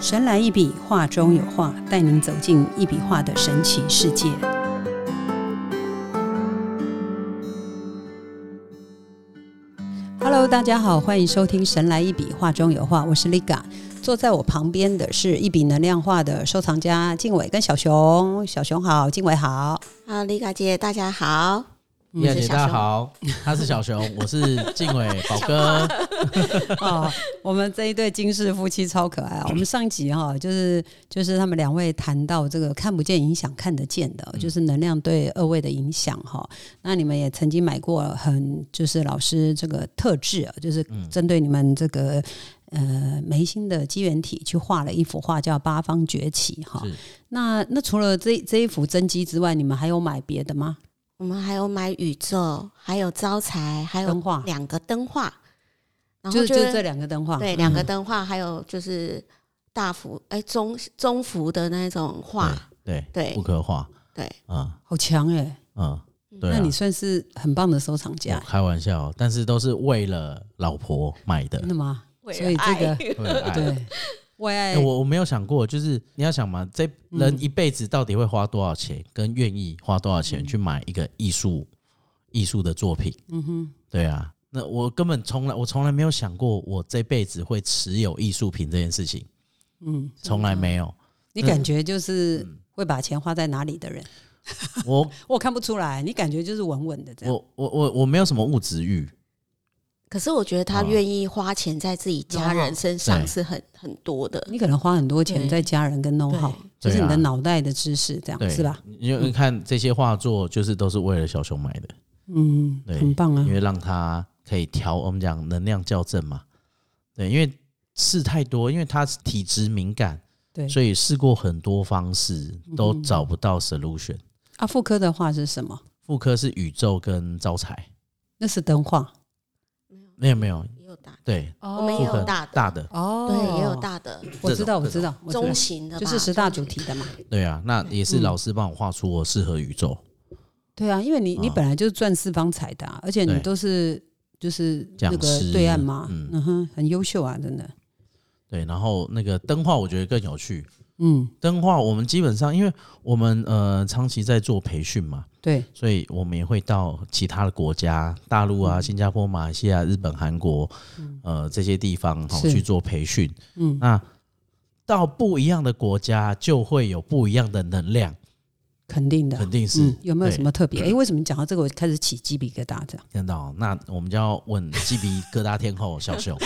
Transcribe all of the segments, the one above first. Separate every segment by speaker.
Speaker 1: 神来一笔，画中有画，带您走进一笔画的神奇世界。Hello，大家好，欢迎收听《神来一笔，画中有画》，我是 Liga。坐在我旁边的是一笔能量画的收藏家静伟跟小熊，小熊好，静伟好。
Speaker 2: 好，啊李嘎姐，大家好。
Speaker 1: 嗯
Speaker 2: 我
Speaker 3: 叶
Speaker 2: 是
Speaker 3: 姐
Speaker 2: 小
Speaker 3: 大家
Speaker 2: 熊
Speaker 3: 好，他是小熊，我是静伟宝哥，
Speaker 1: 哦，我们这一对金氏夫妻超可爱 啊！我们上集哈、就是就是他们两位谈到这个看不见影响看得见的，
Speaker 3: 嗯
Speaker 1: 就是能量对二位的影响哈、那你们也曾经买过很就是老师这个特质
Speaker 3: 嗯
Speaker 1: 啊，就是针对你们这个。呃，眉心的机缘体去画了一幅画，叫《八方崛起》哈
Speaker 3: 是。
Speaker 1: 那那除了这这一幅真机之外，你们还有买别的吗？
Speaker 2: 我们还有买宇宙，还有招财，还
Speaker 1: 灯
Speaker 2: 有
Speaker 1: 画，
Speaker 2: 两个灯画，然
Speaker 1: 就
Speaker 2: 后
Speaker 1: 是就
Speaker 2: 觉得
Speaker 1: 这两个灯画。
Speaker 2: 对两
Speaker 3: 嗯
Speaker 2: 个灯画，还有就是大幅哎中中幅的那种画，
Speaker 3: 对
Speaker 2: 对
Speaker 3: 不可画，
Speaker 2: 对，
Speaker 3: 嗯
Speaker 1: 好强哎、
Speaker 3: 嗯，对
Speaker 1: 那
Speaker 3: 啊
Speaker 1: 你，算是啊很棒的收藏家
Speaker 3: 我。开玩笑，但是都是为了老婆买的
Speaker 1: 真，的吗？
Speaker 2: 为
Speaker 1: 所以这个
Speaker 2: 爱
Speaker 3: 为了爱。
Speaker 1: 嗯 对，为爱
Speaker 3: 哎我我没有想过，就是你要想嘛，这人一辈子到底会花多少钱，跟愿意花多少钱去买一个艺术艺术的作品，嗯哼，对啊，那我根本从来我从来没有想过我这辈子会持有艺术品这件事情，
Speaker 1: 嗯，
Speaker 3: 从来没有，
Speaker 1: 你感觉就是
Speaker 3: 嗯
Speaker 1: 会把钱花在哪里的人，
Speaker 3: 我
Speaker 1: 我看不出来，你感觉就是稳稳的这样。
Speaker 3: 我我我我没有什么物质欲，
Speaker 2: 可是我觉得他
Speaker 3: 哦
Speaker 2: 愿意花钱在自己家人身上
Speaker 3: 对
Speaker 2: 是很很多的，
Speaker 1: 你可能花很多钱在家人跟弄好，就
Speaker 3: 对
Speaker 1: 是你的
Speaker 3: 对啊
Speaker 1: 脑袋的知识这样
Speaker 3: 对，
Speaker 1: 是吧？？
Speaker 3: 因为看这些画作，就是都是为了小熊买的，
Speaker 1: 嗯，
Speaker 3: 对
Speaker 1: 很棒啊
Speaker 3: 因！为让他可以调我们讲能量校正嘛。对，因为试太多，因为他体质敏感，
Speaker 1: 对，嗯
Speaker 3: 所以试过很多方式都找不到 solution。
Speaker 1: 啊，妇科的话是什么？
Speaker 3: 妇科是宇宙跟招财，
Speaker 1: 那是灯画
Speaker 3: 没有没有，
Speaker 2: 也有大，
Speaker 3: 对，
Speaker 2: 哦我
Speaker 1: 哎
Speaker 2: 们也
Speaker 3: 妇
Speaker 2: 有
Speaker 3: 科
Speaker 2: 大的，
Speaker 3: 大的，
Speaker 1: 哦，
Speaker 2: 对，也有，大的
Speaker 1: 我知道，
Speaker 3: 这种
Speaker 1: 我知道，我知
Speaker 2: 中
Speaker 1: 道，
Speaker 2: 型的吧，
Speaker 1: 就是十大主题的嘛。
Speaker 3: 对啊，那也是
Speaker 1: 嗯
Speaker 3: 老师帮我画出我适合宇宙
Speaker 1: 对啊，因为你你
Speaker 3: 啊
Speaker 1: 本来就是赚四方财的啊，而且你
Speaker 3: 对
Speaker 1: 都是就是
Speaker 3: 讲
Speaker 1: 那个
Speaker 3: 师
Speaker 1: 对岸嘛，
Speaker 3: 嗯
Speaker 1: 嗯哼，很优秀啊，真的，
Speaker 3: 对，然后那个灯画我觉得更有趣。
Speaker 1: 嗯，
Speaker 3: 灯画我们基本上，因为我们呃长期在做培训嘛，
Speaker 1: 对，
Speaker 3: 所以我们也会到其他的国家，大陆啊、新加坡、马来西亚、日本、韩国，呃，这些地方哦
Speaker 1: 嗯是
Speaker 3: 去做培训。
Speaker 1: 嗯
Speaker 3: 那到不一样的国家，就会有不一样的能量，
Speaker 1: 肯定的，
Speaker 3: 肯定是、
Speaker 1: 嗯，有没有
Speaker 3: 对
Speaker 1: 什么特 别？哎、为什么讲到这个，我开始起鸡皮疙瘩？这样
Speaker 3: 看到？那我们就要问鸡皮疙瘩天后小 熊，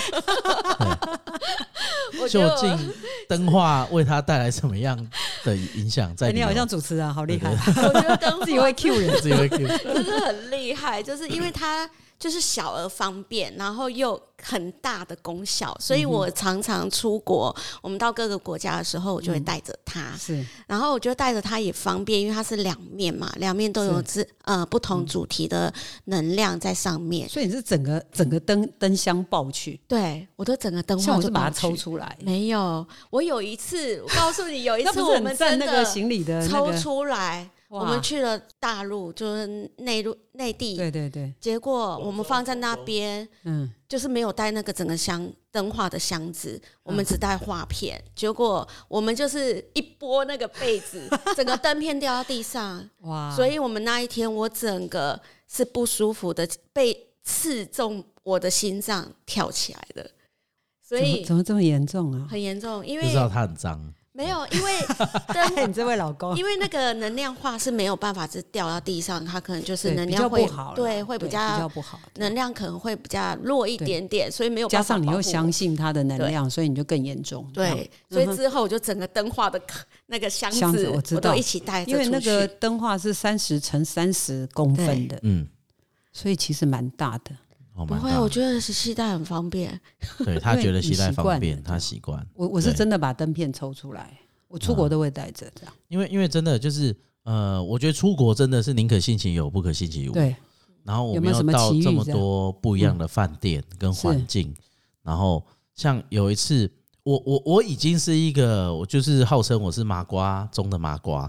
Speaker 2: 我觉
Speaker 3: 究
Speaker 2: 得我
Speaker 3: 竟灯画为他带来什么样的影响？ 在
Speaker 1: 哎诶你好
Speaker 3: 里
Speaker 1: 像
Speaker 3: 面
Speaker 1: 主持人，啊好厉害，
Speaker 2: 我觉得灯
Speaker 1: 自己会 Q 人。
Speaker 3: 自己会 Q
Speaker 2: 真的很厉害，就是因为它就是小而方便，然后又很大的功效，所
Speaker 1: 嗯
Speaker 2: 以我常常出国，我们到各个国家的时候，我就
Speaker 1: 嗯
Speaker 2: 会带着它，
Speaker 1: 是，
Speaker 2: 然后我觉得带着它也方便，因为它是两面嘛，两面都有自呃不
Speaker 1: 嗯
Speaker 2: 同主题的能量在上面。
Speaker 1: 所以你是整个整个灯灯箱抱去，
Speaker 2: 对我都整个灯
Speaker 1: 像
Speaker 2: 泡
Speaker 1: 我
Speaker 2: 就是
Speaker 1: 把它
Speaker 2: 抱
Speaker 1: 抽
Speaker 2: 去。
Speaker 1: 出来，
Speaker 2: 没有，我有一次，我告诉你，有一
Speaker 1: 那
Speaker 2: 次
Speaker 1: 不是
Speaker 2: 我
Speaker 1: 很
Speaker 2: 们
Speaker 1: 占
Speaker 2: 真
Speaker 1: 那个
Speaker 2: 的
Speaker 1: 行李的那
Speaker 2: 抽
Speaker 1: 个？
Speaker 2: 出来，
Speaker 1: 哇
Speaker 2: 我们去了大陆，就是内陆内地，
Speaker 1: 对对对，
Speaker 2: 结果我们放在那边，
Speaker 1: 嗯，
Speaker 2: 就是没有带那个整个箱灯画的箱子，我
Speaker 1: 嗯
Speaker 2: 们只带画片。结果我们就是一拨那个被子，整个灯片掉到 地上，
Speaker 1: 哇，
Speaker 2: 所以我们那一天我整个是不舒服的，被刺中我的心脏跳起来的，所
Speaker 1: 怎么
Speaker 2: 以
Speaker 1: 怎么这么严重啊？
Speaker 2: 很严重。因
Speaker 3: 就知道
Speaker 2: 为
Speaker 3: 他很脏，
Speaker 2: 没有，因为
Speaker 1: 哎，
Speaker 2: 灯。
Speaker 1: 你这位老公，
Speaker 2: 因为那个能量画是没有办法是掉到地上，它可能就是
Speaker 1: 对
Speaker 2: 能
Speaker 1: 比较
Speaker 2: 量
Speaker 1: 不
Speaker 2: 会
Speaker 1: 好啦，
Speaker 2: 对会
Speaker 1: 比
Speaker 2: 比较
Speaker 1: 较不好。
Speaker 2: 能量可能会比较弱一
Speaker 1: 对
Speaker 2: 点点，所以没有
Speaker 1: 加
Speaker 2: 办法
Speaker 1: 上你
Speaker 2: 保
Speaker 1: 又
Speaker 2: 护
Speaker 1: 相
Speaker 2: 我
Speaker 1: 信它的能量，所以你就更严重。这样
Speaker 2: 对，所以之后我就整个灯画的 壳那个箱
Speaker 1: 箱子我知道
Speaker 2: 都一起带着
Speaker 1: 因为那
Speaker 2: 出去
Speaker 1: 个灯画是三十乘三十公分的，
Speaker 3: 嗯，
Speaker 1: 所以其实蛮大的。
Speaker 3: 哦，
Speaker 2: 不
Speaker 3: 蛮
Speaker 2: 会
Speaker 3: 大，的
Speaker 2: 我觉得是携带很方便，
Speaker 3: 对他觉得携
Speaker 1: 因为你
Speaker 3: 带方
Speaker 1: 习惯
Speaker 3: 便，
Speaker 1: 了
Speaker 3: 他习惯。
Speaker 1: 我我是
Speaker 3: 对嗯
Speaker 1: 真的把灯片抽出来，我出国都会带着这样。
Speaker 3: 因为因为真的就是呃，我觉得出国真的是宁可信其有，不可信其无。
Speaker 1: 对，
Speaker 3: 然后我
Speaker 1: 有没有
Speaker 3: 们又
Speaker 1: 什么
Speaker 3: 到
Speaker 1: 奇遇
Speaker 3: 这么
Speaker 1: 这样嗯
Speaker 3: 多不一样的饭店跟环境，然后像有一次，我我我已经是一个，我就是号称我是麻瓜中的麻瓜，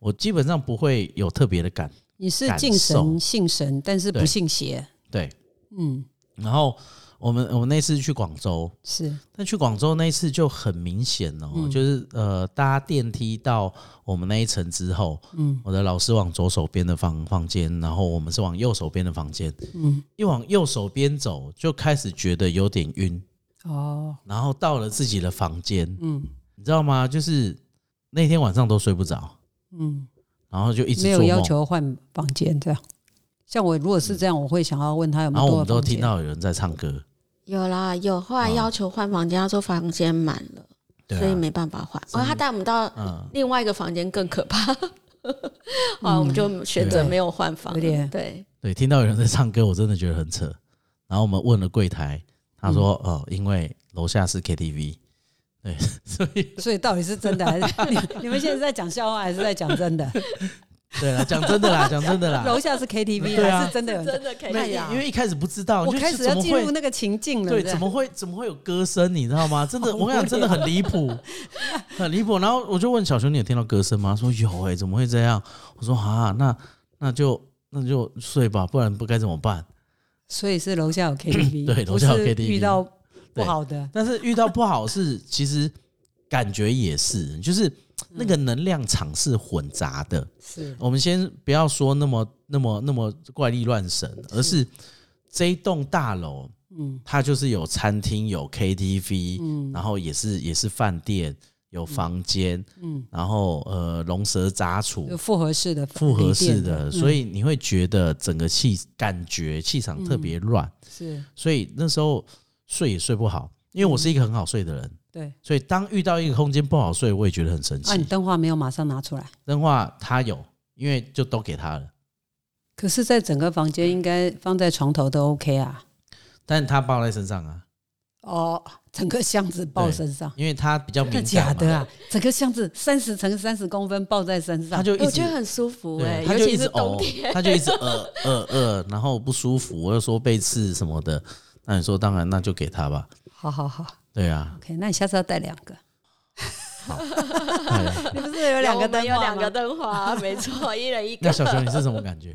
Speaker 3: 我基本上不会有特别的感
Speaker 1: 你是
Speaker 3: 感
Speaker 1: 敬神
Speaker 3: 受
Speaker 1: 信神，但是不
Speaker 3: 对
Speaker 1: 信邪。
Speaker 3: 对，
Speaker 1: 嗯，
Speaker 3: 然后我们我们那次去广州，
Speaker 1: 是
Speaker 3: 但去广州那一次就很明显哦，
Speaker 1: 嗯
Speaker 3: 就是呃搭电梯到我们那一层之后，嗯，我的老师往左手边的房房间，然后我们是往右手边的房间，嗯，一往右手边走就开始觉得有点晕，
Speaker 1: 哦，
Speaker 3: 然后到了自己的房间，
Speaker 1: 嗯
Speaker 3: 你知道吗？就是那天晚上都睡不着，
Speaker 1: 嗯，
Speaker 3: 然后就一
Speaker 1: 没
Speaker 3: 直做
Speaker 1: 有
Speaker 3: 梦嗯
Speaker 1: 要求换房间这样。像我如果是这样，我会想要问他有没
Speaker 3: 然后
Speaker 1: 有
Speaker 3: 我
Speaker 1: 多的
Speaker 3: 们都
Speaker 1: 房
Speaker 3: 听
Speaker 1: 间。
Speaker 3: 到有人在唱歌，
Speaker 2: 有啦，有后来要求换房间，他说房间满了，
Speaker 3: 对、啊，
Speaker 2: 所以没办法换。
Speaker 3: 真
Speaker 2: 哦，
Speaker 3: 的
Speaker 2: 他带我们到
Speaker 3: 嗯，
Speaker 2: 另外一个房间更可怕， 啊，我们
Speaker 1: 嗯
Speaker 2: 就选择
Speaker 3: 对
Speaker 2: 没有换房
Speaker 1: 有点。
Speaker 2: 对，
Speaker 3: 对，听到有人在唱歌，我真的觉得很扯。然后我们问了柜台，他说：“哦，因为楼下是 KTV，对，所以
Speaker 1: 所以到底是真的还是 你你们现在是在讲笑话还是在讲真的？
Speaker 3: 对啦，讲真的啦，讲真的 啦，
Speaker 1: 楼下是 KTV
Speaker 3: 对啊
Speaker 1: 还是真的有人在？
Speaker 2: 的可
Speaker 1: 哎
Speaker 3: 没
Speaker 1: 呀
Speaker 3: 因为一开始不知道，
Speaker 1: 我
Speaker 3: 哦就
Speaker 1: 开
Speaker 3: 是
Speaker 1: 始
Speaker 3: 怎
Speaker 1: 要
Speaker 3: 么
Speaker 1: 进
Speaker 3: 会
Speaker 1: 入那个情境了。
Speaker 3: 对，
Speaker 1: 这
Speaker 3: 怎
Speaker 1: 样
Speaker 3: 么会怎么会有歌声？你知道吗？真的，我跟你讲，真的很离谱，
Speaker 1: 啊
Speaker 3: 很离谱。然后我就问小熊，你有听到歌声吗？他说有哎、怎么会这样？我说啊，那那就那就睡吧，不然不该怎么办？
Speaker 1: 所以是楼下有 KTV，
Speaker 3: 对
Speaker 1: 不
Speaker 3: 楼下有
Speaker 1: 是
Speaker 3: KTV
Speaker 1: 遇到不
Speaker 3: 对
Speaker 1: 好的，
Speaker 3: 但是遇到不好事，其实感觉也是，就是那个能量场是混杂的。
Speaker 1: 是
Speaker 3: 我们先不要说那么那么那么怪力乱神，而是这一栋大楼，
Speaker 1: 嗯
Speaker 3: 它就是有餐厅、有 KTV，、
Speaker 1: 嗯
Speaker 3: 然后也是也是饭店、有房间，
Speaker 1: 嗯，
Speaker 3: 然后呃龙蛇杂处
Speaker 1: 就。复合式的
Speaker 3: 嗯复合式
Speaker 1: 离店
Speaker 3: 的，
Speaker 1: 嗯
Speaker 3: 所以你会觉得整个气感觉气场特
Speaker 1: 嗯
Speaker 3: 别乱，
Speaker 1: 是
Speaker 3: 所以那时候睡也睡不好，因为我是一个很好睡的人，
Speaker 1: 对。
Speaker 3: 所以当遇到一个空间不好睡，我也觉得很神
Speaker 1: 啊，你
Speaker 3: 奇。
Speaker 1: 灯画没有马上拿出来，
Speaker 3: 灯话他有，因为就都给他了，
Speaker 1: 可是，在整个房间应该放在床头都 OK 啊。
Speaker 3: 但是他抱在身上啊，
Speaker 1: 哦，整个箱子抱身上，
Speaker 3: 因为他比较
Speaker 1: 真的
Speaker 3: 敏
Speaker 1: 假
Speaker 3: 感嘛，
Speaker 1: 的啊？整个箱子三十乘三十公分抱在身上，
Speaker 3: 他就一
Speaker 2: 我
Speaker 3: 直
Speaker 2: 觉得很舒服哎，
Speaker 3: 对，他
Speaker 2: 尤
Speaker 3: 就
Speaker 2: 其
Speaker 3: 一直哦
Speaker 2: 是冬天。
Speaker 1: 哦
Speaker 3: 呕，他就一直呃呃呃，然后不舒服，我又说被刺什么的，那你说当然那就给他吧，
Speaker 1: 好好好
Speaker 3: 对啊，
Speaker 1: ，OK。那你下次要带两个，
Speaker 3: 对 啊
Speaker 1: 你不是有
Speaker 2: 有
Speaker 1: 两个
Speaker 2: 我们
Speaker 1: 灯
Speaker 2: 有
Speaker 1: 画
Speaker 2: 两个
Speaker 1: 吗？
Speaker 2: 灯花， 没错，一人一
Speaker 3: 那
Speaker 2: 个。
Speaker 3: 小熊你是什么感觉？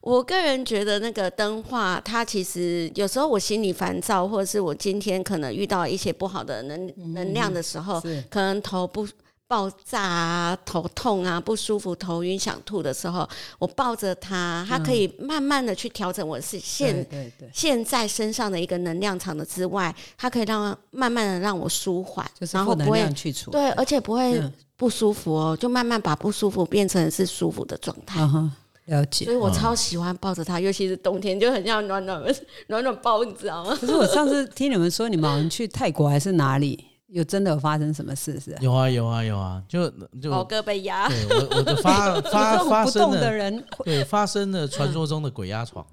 Speaker 2: 我个人觉得那个灯画，它其实有时候我心里烦躁，或者是我今天可能遇到一些不好的能能量的时候，
Speaker 1: 嗯是
Speaker 2: 可能头不爆炸啊、头痛啊、不舒服、头晕、想吐的时候，我抱着它，它可以慢慢的去调整我是现、
Speaker 1: 嗯对对对，
Speaker 2: 现在身上的一个能量场的之外，它可以让慢慢的让我舒缓，
Speaker 1: 就是
Speaker 2: 然后
Speaker 1: 负能
Speaker 2: 不会
Speaker 1: 量去除。
Speaker 2: 对，而且不会
Speaker 1: 嗯
Speaker 2: 不舒服哦，就慢慢把不舒服变成是舒服的状态。
Speaker 1: 嗯哼，了
Speaker 2: 所
Speaker 1: 解。
Speaker 2: 以我超喜欢抱着它，尤其是冬天，就很像暖暖 暖暖包，你知道吗？
Speaker 1: 可是我上次听你们说，你们好像去泰国还是哪里，有真的有发生什么事是吧？
Speaker 3: 有啊有啊有啊，就就
Speaker 2: 宝哥 被压，
Speaker 3: 对我我的发
Speaker 1: 这
Speaker 3: 发
Speaker 1: 种
Speaker 3: 发
Speaker 1: 不
Speaker 3: 生
Speaker 1: 动的
Speaker 3: 了，
Speaker 1: 人，
Speaker 3: 对发生了传说中的鬼压床，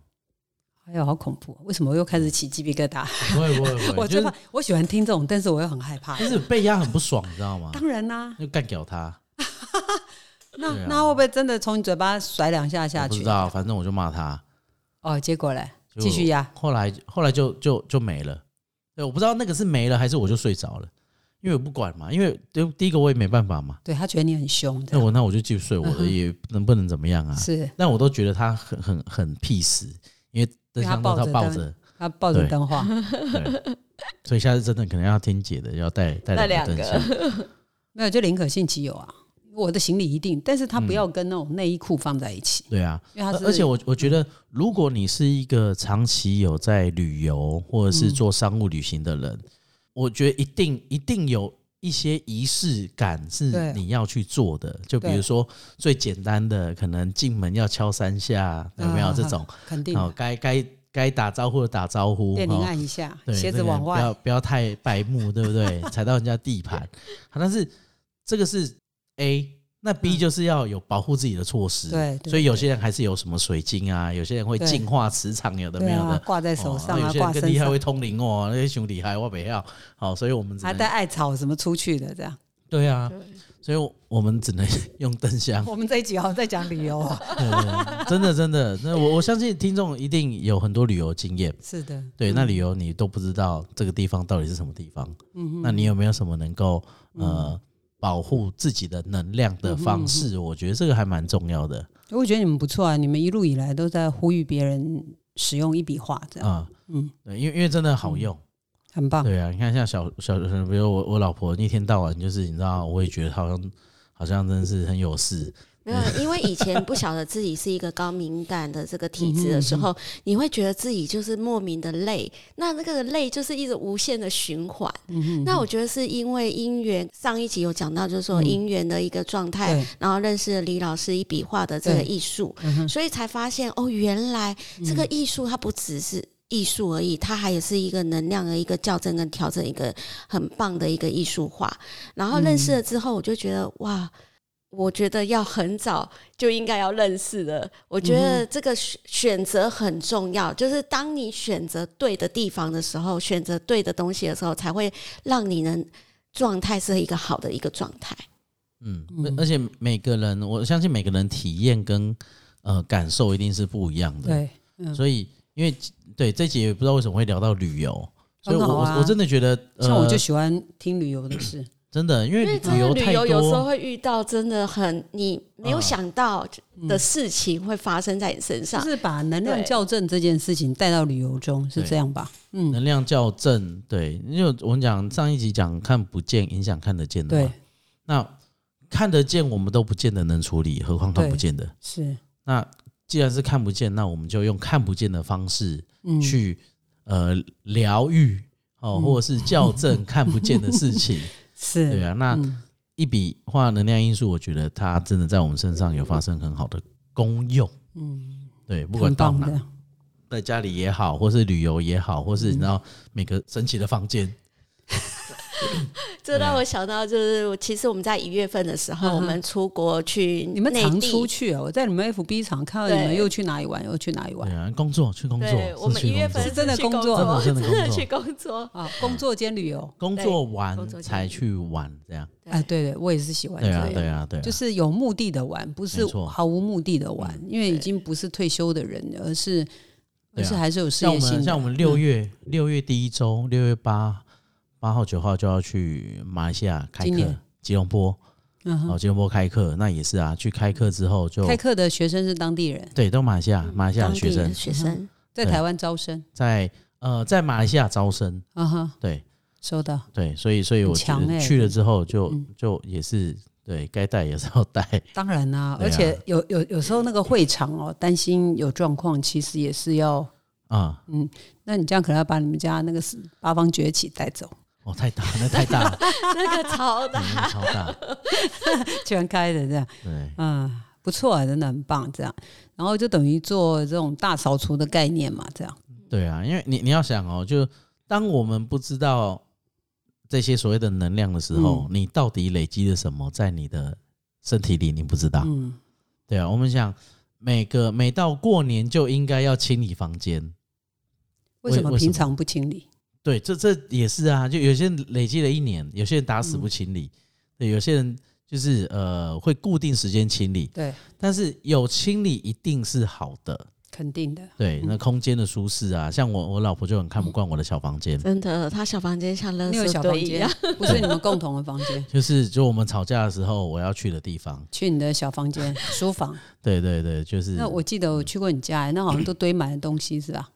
Speaker 1: 哎呦，好恐怖！为什么我又开始起鸡皮疙瘩？
Speaker 3: 不会不会不
Speaker 1: 我
Speaker 3: 会，就
Speaker 1: 最
Speaker 3: 是啊
Speaker 1: 怕，我喜欢听这种，但是我又很害怕。
Speaker 3: 就是被压很不爽，你知道吗？
Speaker 1: 当然啦、
Speaker 3: 就干掉他，
Speaker 1: 那、
Speaker 3: 对啊
Speaker 1: 那会不会真的从你嘴巴甩两下
Speaker 3: 我
Speaker 1: 下
Speaker 3: 不
Speaker 1: 去
Speaker 3: 知？道，反正我就骂他，
Speaker 1: 哦，结果嘞，
Speaker 3: 就
Speaker 1: 继续压。
Speaker 3: 后来后来就就就没了，对，我不知道那个是没了还是我就睡着了，因为我不管嘛，因为对第一个我也没办法嘛，
Speaker 1: 对他觉得你很凶，这
Speaker 3: 那
Speaker 1: 样
Speaker 3: 我那我就继续睡，我
Speaker 1: 啊嗯
Speaker 3: 的
Speaker 1: 哼
Speaker 3: 也能不能怎么样啊？
Speaker 1: 是
Speaker 3: 但我都觉得他很很很 peace，因为
Speaker 1: 因为
Speaker 3: 灯
Speaker 1: 他
Speaker 3: 箱
Speaker 1: 抱
Speaker 3: 都他
Speaker 1: 着
Speaker 3: 抱
Speaker 1: 灯
Speaker 3: 着，
Speaker 1: 他抱着
Speaker 3: 对
Speaker 1: 灯 画，
Speaker 3: 对，所以下次真的可能要听姐的，要带带
Speaker 2: 带
Speaker 3: 两个灯
Speaker 2: 两
Speaker 3: 箱。
Speaker 1: 没有就宁可信其有啊。我的行李一定，但是他不要跟那种内衣裤放在一起，
Speaker 3: 对啊，
Speaker 1: 因为他是嗯
Speaker 3: 嗯而且我我觉得，如果你是一个长期有在旅游或
Speaker 1: 嗯
Speaker 3: 者是做商务旅行的人，我觉得一定一定有一些仪式感
Speaker 1: 对
Speaker 3: 是你要去做的。就比
Speaker 1: 对
Speaker 3: 如说最简单的，可能进门要敲三下，有没有
Speaker 1: 啊
Speaker 3: 这种？
Speaker 1: 肯 定
Speaker 3: 哦，该该该打招呼的打招呼，
Speaker 1: 电铃
Speaker 3: 哦
Speaker 1: 按一下，
Speaker 3: 对，
Speaker 1: 鞋
Speaker 3: 那
Speaker 1: 子
Speaker 3: 个
Speaker 1: 往
Speaker 3: 不要
Speaker 1: 外，
Speaker 3: 不要太白目，对不 对？踩到人家地盘。好但是这个是 A，那
Speaker 1: 嗯
Speaker 3: B 就是要有保护自己的措施。
Speaker 1: 对对
Speaker 3: 所以有些人还是有什么水晶啊，有些人会
Speaker 1: 对
Speaker 3: 净化磁场，有的
Speaker 1: 对
Speaker 3: 没有
Speaker 1: 啊
Speaker 3: 的，。
Speaker 1: 挂在手
Speaker 3: 哦
Speaker 1: 上
Speaker 3: 那
Speaker 1: 啊，
Speaker 3: 有些
Speaker 1: 挂
Speaker 3: 人更
Speaker 1: 身
Speaker 3: 厉害
Speaker 1: 上，
Speaker 3: 会通灵哦，那些熊厉害，我不要。好，所以我们只
Speaker 1: 还带
Speaker 3: 能
Speaker 1: 艾草什么出去的这样。
Speaker 3: 对啊，所以我们只能 用灯箱。
Speaker 1: 我们这一集好像在讲旅游 啊，
Speaker 3: 对对对真的真的，那我我相信听众一定有很多旅游经验。
Speaker 1: 是的，
Speaker 3: 对，那旅游你都不知道这个地方到底是什么地方，
Speaker 1: 嗯
Speaker 3: 那你有没有什么能够呃保护自己的能量
Speaker 1: 嗯
Speaker 3: 的方式？我觉得这个还蛮重要的。
Speaker 1: 我觉得你们不错啊，你们一路以来都在呼吁别人使用一笔画，这样
Speaker 3: 啊，嗯，对，因为因为真的好用，
Speaker 1: 很嗯棒。
Speaker 3: 对啊，你看像小小，比如我我老婆一天到晚就是你知道，我也觉得她好像好像真的是很有事，
Speaker 2: 没有，因为以前不晓得自己是一个高敏感的这个体质的时
Speaker 1: 嗯
Speaker 2: 候，你会觉得自己就是莫名的累，那那个累就是一直无限的循环。
Speaker 1: 嗯
Speaker 2: 那我觉得是因为姻缘，上一集有讲到，就是说姻缘的一个状态，
Speaker 1: 嗯对
Speaker 2: 然后认识了李老师一笔画的这个
Speaker 1: 对
Speaker 2: 艺术，
Speaker 1: 嗯哼
Speaker 2: 所以才发现哦，原来这
Speaker 1: 嗯
Speaker 2: 个艺术它不只是。艺术而已，它还也是一个能量的一个校正跟调整，一个很棒的一个艺术化。然后认识了之后，我就觉得、哇，我觉得要很早就应该要认识了。我觉得这个选选择很重要，就是当你选择对的地方的时候，选择对的东西的时候，才会让你能状态是一个好的一个状态。
Speaker 3: 嗯
Speaker 1: 嗯，
Speaker 3: 而而且每个人，我相信每个人体验跟呃感受一定是不一样的，
Speaker 1: 对，嗯
Speaker 3: 所以因为对这集也不知道为什么会聊到旅游，所以
Speaker 1: 很好
Speaker 3: 我、
Speaker 1: 啊
Speaker 3: 我我真的觉得，呃、
Speaker 1: 像我就喜欢听旅游的事，
Speaker 3: 真的，因
Speaker 2: 因为
Speaker 3: 为
Speaker 2: 真的
Speaker 3: 旅游
Speaker 2: 旅
Speaker 3: 太
Speaker 2: 游有时候
Speaker 3: 多，
Speaker 2: 会遇到真的很你没
Speaker 1: 嗯
Speaker 2: 有想到的事情会发生在你身
Speaker 1: 就
Speaker 2: 上。
Speaker 1: 是把能量
Speaker 2: 对
Speaker 1: 校正这件事情带到旅游中，是
Speaker 3: 对
Speaker 1: 这样吧？嗯，
Speaker 3: 能量校正，对，因为我们讲上一集讲看不见影响看得见的啊
Speaker 1: 对
Speaker 3: 嘛，，那看得见我们都不见得能处理，何况看不
Speaker 1: 对
Speaker 3: 见的。
Speaker 1: 是，
Speaker 3: 那既然是看不见，那我们就用看不见的方式
Speaker 1: 嗯，
Speaker 3: 去、呃疗愈哦，或者是校 正看不见的事情，
Speaker 1: 是，
Speaker 3: 对啊。那
Speaker 1: 嗯
Speaker 3: 一笔画能量因素，我觉得它真的在我们身上有发生很好的功用，
Speaker 1: 嗯，
Speaker 3: 对，不
Speaker 1: 不
Speaker 3: 管到
Speaker 1: 棒
Speaker 3: 哪，
Speaker 1: 的，
Speaker 3: 在家里也好，或是旅游也好，或
Speaker 1: 嗯
Speaker 3: 是你知道每个神奇的房间，
Speaker 2: 这让我想到，就是我其实我们在一月份的时
Speaker 1: 嗯
Speaker 2: 候，
Speaker 1: 哼
Speaker 2: 我们出国去
Speaker 1: 你们
Speaker 2: 内
Speaker 1: 常
Speaker 2: 地
Speaker 1: 出去啊？我在你们 FB 常看到你们
Speaker 2: 对
Speaker 1: 又去哪里玩，又去哪里玩
Speaker 3: 对啊，工作去工作，
Speaker 2: 对，我
Speaker 3: 是
Speaker 2: 们
Speaker 3: 去
Speaker 2: 一月
Speaker 3: 工
Speaker 2: 份
Speaker 3: 作
Speaker 1: 是真的
Speaker 2: 去
Speaker 1: 工
Speaker 2: 工
Speaker 1: 作
Speaker 3: 真的真的工 作
Speaker 2: 去工作。
Speaker 1: 啊？工作兼旅游，
Speaker 3: 工作完
Speaker 2: 工作
Speaker 3: 才去玩，这样，
Speaker 1: 哎，对对，我也是喜欢这
Speaker 3: 对啊，
Speaker 1: 样。
Speaker 3: 对啊，对啊，
Speaker 1: 就是有目的的玩，不是
Speaker 3: 没错
Speaker 1: 毫无目的的玩，因为已经不是退休的人，而是而
Speaker 3: 对啊
Speaker 1: 是还是有事
Speaker 3: 像
Speaker 1: 业
Speaker 3: 我
Speaker 1: 心
Speaker 3: 们
Speaker 1: 的。嗯
Speaker 3: 像我们六月六月第一周，六月八八号九号就要去马来西亚开
Speaker 1: 今
Speaker 3: 课
Speaker 1: 年，
Speaker 3: 吉隆坡
Speaker 1: 嗯哼
Speaker 3: 哦，吉隆坡开课，那也是啊，去开课之后就
Speaker 1: 开课嗯的学生是当地人，
Speaker 3: 对，都马来西亚马来西亚
Speaker 2: 当
Speaker 3: 的
Speaker 2: 地
Speaker 3: 学生
Speaker 2: 的 学生，
Speaker 1: 在
Speaker 3: 对
Speaker 1: 台湾招生，
Speaker 3: 在呃在马来西亚招生，
Speaker 1: 啊哈，
Speaker 3: 对
Speaker 1: 收到。
Speaker 3: 对，所以所以
Speaker 1: 很
Speaker 3: 我觉
Speaker 1: 强
Speaker 3: 得
Speaker 1: 欸
Speaker 3: 去了之后就
Speaker 1: 嗯
Speaker 3: 就也是对该带也是要带，
Speaker 1: 当然啦、
Speaker 3: 对
Speaker 1: 而
Speaker 3: 啊
Speaker 1: 且有有有时候那个会场哦，担心有状况，其实也是要，
Speaker 3: 啊，
Speaker 1: 那你这样可能要把你们家那个四八方崛起带走，
Speaker 3: 哦太大那太大了，
Speaker 2: 那个超
Speaker 3: 对
Speaker 2: 大。
Speaker 3: 那超大，
Speaker 1: 全开的这样，
Speaker 3: 对
Speaker 1: 嗯，不错、啊，真的很棒，这样，然后就等于做这种大扫除的概念嘛，这样，
Speaker 3: 对啊，因为你你要想哦，就当我们不知道这些所谓的能量的时候，
Speaker 1: 嗯
Speaker 3: 你到底累积了什么在你的身体里，你不知道。
Speaker 1: 嗯，
Speaker 3: 对啊，我们想每个每到过年就应该要清理房间，
Speaker 1: 为什么
Speaker 3: 为什么
Speaker 1: 平常不清理？
Speaker 3: 对，这这也是啊，就有些人累积了一年，有些人打
Speaker 1: 嗯
Speaker 3: 死不清理，对，有些人就是呃会固定时间清理，
Speaker 1: 对，
Speaker 3: 但是有清理一定是好的。
Speaker 1: 肯定的，
Speaker 3: 对，
Speaker 1: 嗯
Speaker 3: 那空间的舒适啊，像我我老婆就很看不惯我的小房间，
Speaker 2: 真的，他小房间像垃
Speaker 1: 那个小
Speaker 2: 圾
Speaker 1: 房
Speaker 2: 堆一
Speaker 1: 间
Speaker 2: 样，
Speaker 1: 不是你们共同的房 间，
Speaker 3: 就是就我们吵架的时候我要去的地方。
Speaker 1: 去你的小房间书房。
Speaker 3: 对对对，就是
Speaker 1: 那我记得我去过你家，那好像都堆满了东西是吧？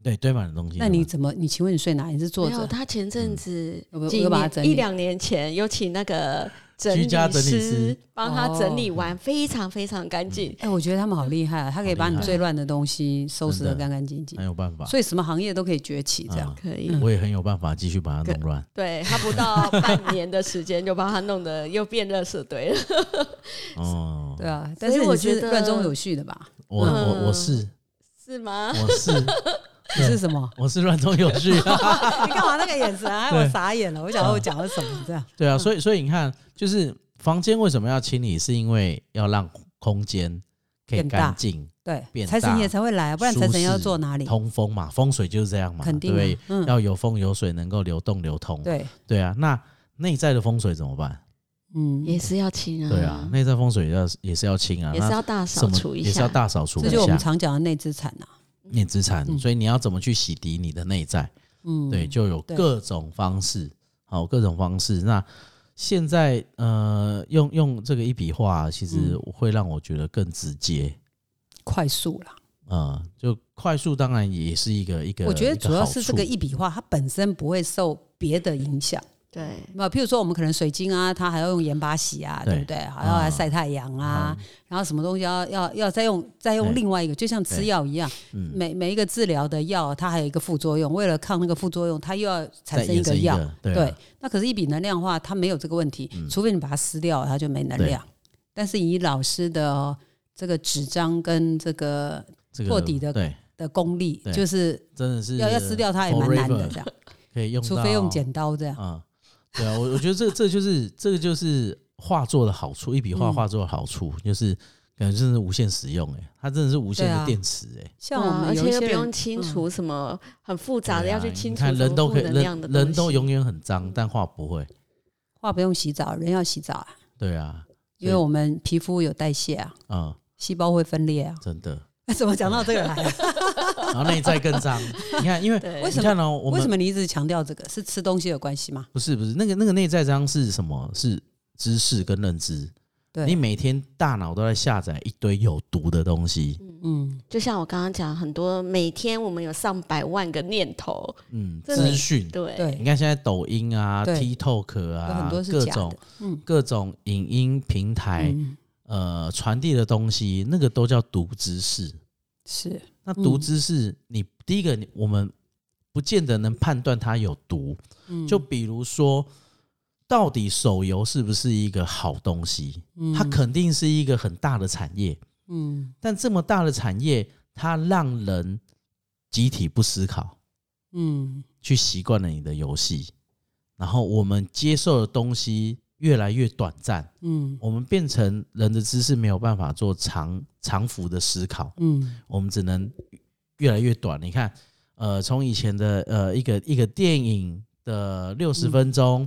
Speaker 3: 对堆满了东西。啊
Speaker 1: 那你怎么？你请问你睡哪？你是坐
Speaker 2: 没有，
Speaker 1: 着？嗯
Speaker 2: 他前阵子
Speaker 1: 有没有
Speaker 2: 几
Speaker 1: 有把它
Speaker 2: 年
Speaker 1: 整理
Speaker 2: 一两年前，有请那个
Speaker 3: 居家整理
Speaker 2: 师
Speaker 3: 师
Speaker 2: 帮他整
Speaker 1: 哦
Speaker 2: 理完，非常非常干净。
Speaker 1: 哎、我觉得他们好厉害啊！他可以把
Speaker 3: 好厉
Speaker 1: 你
Speaker 3: 害
Speaker 1: 最乱的东西收拾得
Speaker 3: 真的
Speaker 1: 干干净净
Speaker 3: 很，有办法，
Speaker 1: 所以什么行业都可以崛起这样。
Speaker 3: 嗯
Speaker 2: 可以，
Speaker 3: 我也很有办法继续把它弄乱。
Speaker 2: 对他不到半年的时间就把它弄得又变垃圾堆了。
Speaker 3: 哦，
Speaker 1: 对啊，但
Speaker 2: 所以
Speaker 1: 是
Speaker 2: 我
Speaker 1: 你
Speaker 2: 觉
Speaker 1: 是
Speaker 2: 得
Speaker 1: 乱中有序的吧？
Speaker 3: 我
Speaker 2: 嗯
Speaker 3: 我我是
Speaker 2: 是吗？
Speaker 3: 我是？
Speaker 1: 你是什么
Speaker 3: 我是乱中有序 啊，
Speaker 1: 你干嘛那个眼神 啊？害我傻眼了，我想说我讲了什么这样？
Speaker 3: 对啊，所以所以你看，就是房间为什么要清理，是因为要让空间可以
Speaker 1: 变大
Speaker 3: 干净、
Speaker 1: 对，
Speaker 3: 变
Speaker 1: 财神
Speaker 3: 大
Speaker 1: 爷才会来啊，不然财神爷要坐哪里？
Speaker 3: 通风嘛，风水就是这样嘛，
Speaker 1: 肯定啊
Speaker 3: 对，
Speaker 1: 嗯，
Speaker 3: 要有风有水，能够流动流通。
Speaker 1: 对，
Speaker 3: 对啊，那内在的风水怎么办？
Speaker 1: 嗯，
Speaker 2: 也是要清啊，
Speaker 3: 对啊，，内在风水要也是要清啊，
Speaker 2: 也
Speaker 3: 那
Speaker 2: 是要大
Speaker 3: 什
Speaker 2: 扫
Speaker 3: 么
Speaker 2: 除一
Speaker 3: 也是要
Speaker 2: 下。
Speaker 3: 大扫除
Speaker 1: 这
Speaker 3: 一
Speaker 1: 就是我们
Speaker 3: 下
Speaker 1: 常讲的内资产啊。
Speaker 3: 你资产，
Speaker 1: 嗯
Speaker 3: 所以你要怎么去洗涤你的内在？
Speaker 1: 嗯，
Speaker 3: 对，就有
Speaker 1: 对
Speaker 3: 各种方式，好，各种方式。那现在呃，用
Speaker 1: 嗯
Speaker 3: 用这个一笔画，其实会让我觉得更直接，
Speaker 1: 快速啦，
Speaker 3: 嗯，就快速当然也是一个一个，
Speaker 1: 我觉得主要是这个
Speaker 3: 一
Speaker 1: 一笔画，它本身不会受别的影响。
Speaker 2: 对，
Speaker 1: 那譬如说，我们可能水晶啊，它还要用盐巴洗啊，
Speaker 3: 对
Speaker 1: 对不对？还要来晒太阳啊，然后什么东西要要要再用再用
Speaker 3: 对
Speaker 1: 另外一个，就像吃药一样，
Speaker 3: 嗯
Speaker 1: 每每一个治疗的药，它还有一个副作用，为了抗那个副作用，它又要产生一个药。，
Speaker 3: 对
Speaker 1: 对
Speaker 3: 啊，
Speaker 1: 那可是一笔能量化，它没有这个问题，
Speaker 3: 嗯
Speaker 1: 除非你把它撕掉，它就没能量。但是以老师的这个纸张跟这个
Speaker 3: 这个
Speaker 1: 破底的
Speaker 3: 对，
Speaker 1: 的功力，
Speaker 3: 对
Speaker 1: 就是
Speaker 3: 真的是
Speaker 1: 要要撕掉它也蛮难的，
Speaker 3: forever，
Speaker 1: 这样，
Speaker 3: 可以用到，
Speaker 1: 除非用剪刀这样。
Speaker 3: 啊、对啊，我我觉得这这就是这个就是画作的好处，一笔画
Speaker 1: 嗯
Speaker 3: 画作的好处、就是感觉真的是无限使用、欸，它真的是无限
Speaker 1: 对啊
Speaker 3: 的电池、欸，
Speaker 1: 像我们
Speaker 2: 啊而
Speaker 1: 有一
Speaker 2: 且又
Speaker 1: 些
Speaker 2: 不用
Speaker 1: 人，
Speaker 2: 清除什么很复杂的，
Speaker 3: 对啊
Speaker 2: 要去清
Speaker 3: 你
Speaker 2: 除
Speaker 3: 看人都可以，
Speaker 2: 能量
Speaker 3: 人
Speaker 2: 的
Speaker 3: 人都
Speaker 2: 有
Speaker 3: 永远很脏，但画不会，
Speaker 1: 话不用洗澡，人要洗澡啊，
Speaker 3: 对啊，
Speaker 1: 因为我们皮肤有代谢啊，
Speaker 3: 嗯，
Speaker 1: 细胞会分裂啊。
Speaker 3: 真的，
Speaker 1: 怎么讲到这个 来？
Speaker 3: 然后内在更脏，你看，因 为
Speaker 2: 对
Speaker 1: 为
Speaker 3: 你
Speaker 1: 什
Speaker 3: 看
Speaker 1: 么？
Speaker 3: 哦、我
Speaker 1: 为什
Speaker 3: 们
Speaker 1: 么你一直强调这个？是吃东西有关系吗？
Speaker 3: 不是不是那个那个内在脏是什么？是知识跟认知，
Speaker 1: 对
Speaker 3: 你每天大脑都在下载一堆有毒的东西，
Speaker 1: 嗯，
Speaker 2: 就像我刚刚讲，很多每天我们有上百万个念头，
Speaker 3: 嗯，
Speaker 2: 真的
Speaker 3: 资讯，
Speaker 2: 对，
Speaker 1: 对
Speaker 3: 你，看现在抖音啊、
Speaker 1: 对
Speaker 3: TikTok
Speaker 1: 有
Speaker 3: 啊，
Speaker 1: 很多是
Speaker 3: 各
Speaker 1: 假的
Speaker 3: 种。哎
Speaker 1: 嗯，
Speaker 3: 各种影音平台、
Speaker 1: 嗯
Speaker 3: 呃传递的东西，那个都叫毒知识。
Speaker 1: 是
Speaker 3: 那毒知识，你第一个，你我们不见得能判断它有毒。
Speaker 1: 嗯
Speaker 3: 就比如说，到底手游是不是一个好东西？它肯定是一个很大的产业，
Speaker 1: 嗯
Speaker 3: 但这么大的产业，它让人集体不思考。
Speaker 1: 嗯
Speaker 3: 去习惯了你的游戏，然后我们接受的东西越来越短暂，
Speaker 1: 嗯
Speaker 3: 我们变成人的知识没有办法做长长幅的思考，
Speaker 1: 嗯
Speaker 3: 我们只能越来越短。你看，呃，从以前的呃一个一个电影的六十分钟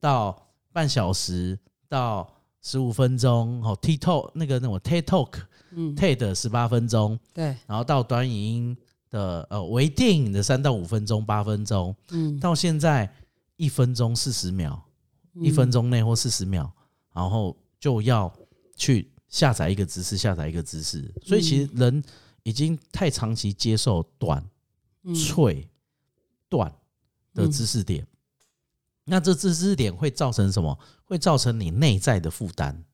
Speaker 3: 到半小时到十五分钟，哦，TikTok 那个那种 TED Talk
Speaker 1: 嗯，
Speaker 3: TED 十八分钟，
Speaker 1: 对，
Speaker 3: 然后到短影音的呃微电影的三到五分钟、八分钟。
Speaker 1: 嗯，
Speaker 3: 到现在一分钟四十秒，一
Speaker 1: 嗯
Speaker 3: 分钟内或四十秒，然后就要去下载一个知识，下载一个知识。所以其实人已经太长期接受短、
Speaker 1: 嗯
Speaker 3: 脆、短的知识点。那这知识点会造成什么？会造成你内在的负担。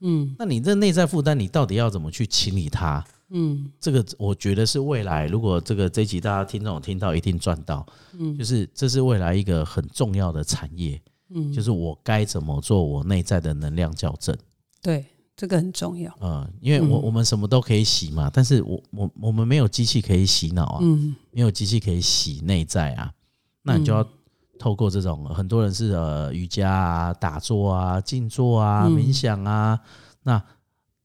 Speaker 1: 嗯
Speaker 3: 那你这内在负担，你到底要怎么去清理它？
Speaker 1: 嗯
Speaker 3: 这个我觉得是未来，如果这个这一集大家听众有听到，一定赚到。
Speaker 1: 嗯
Speaker 3: 就是这是未来一个很重要的产业，
Speaker 1: 嗯，
Speaker 3: 就是我该怎么做我内在的能量校正。
Speaker 1: 对，这个很重要。
Speaker 3: 嗯，因为我
Speaker 1: 嗯
Speaker 3: 我们什么都可以洗嘛，但是我我我们没有机器可以洗脑啊，
Speaker 1: 嗯
Speaker 3: 没有机器可以洗内在啊，那你就要透过这种很多人是呃瑜伽啊、打坐啊、静坐啊、
Speaker 1: 嗯
Speaker 3: 冥想啊，那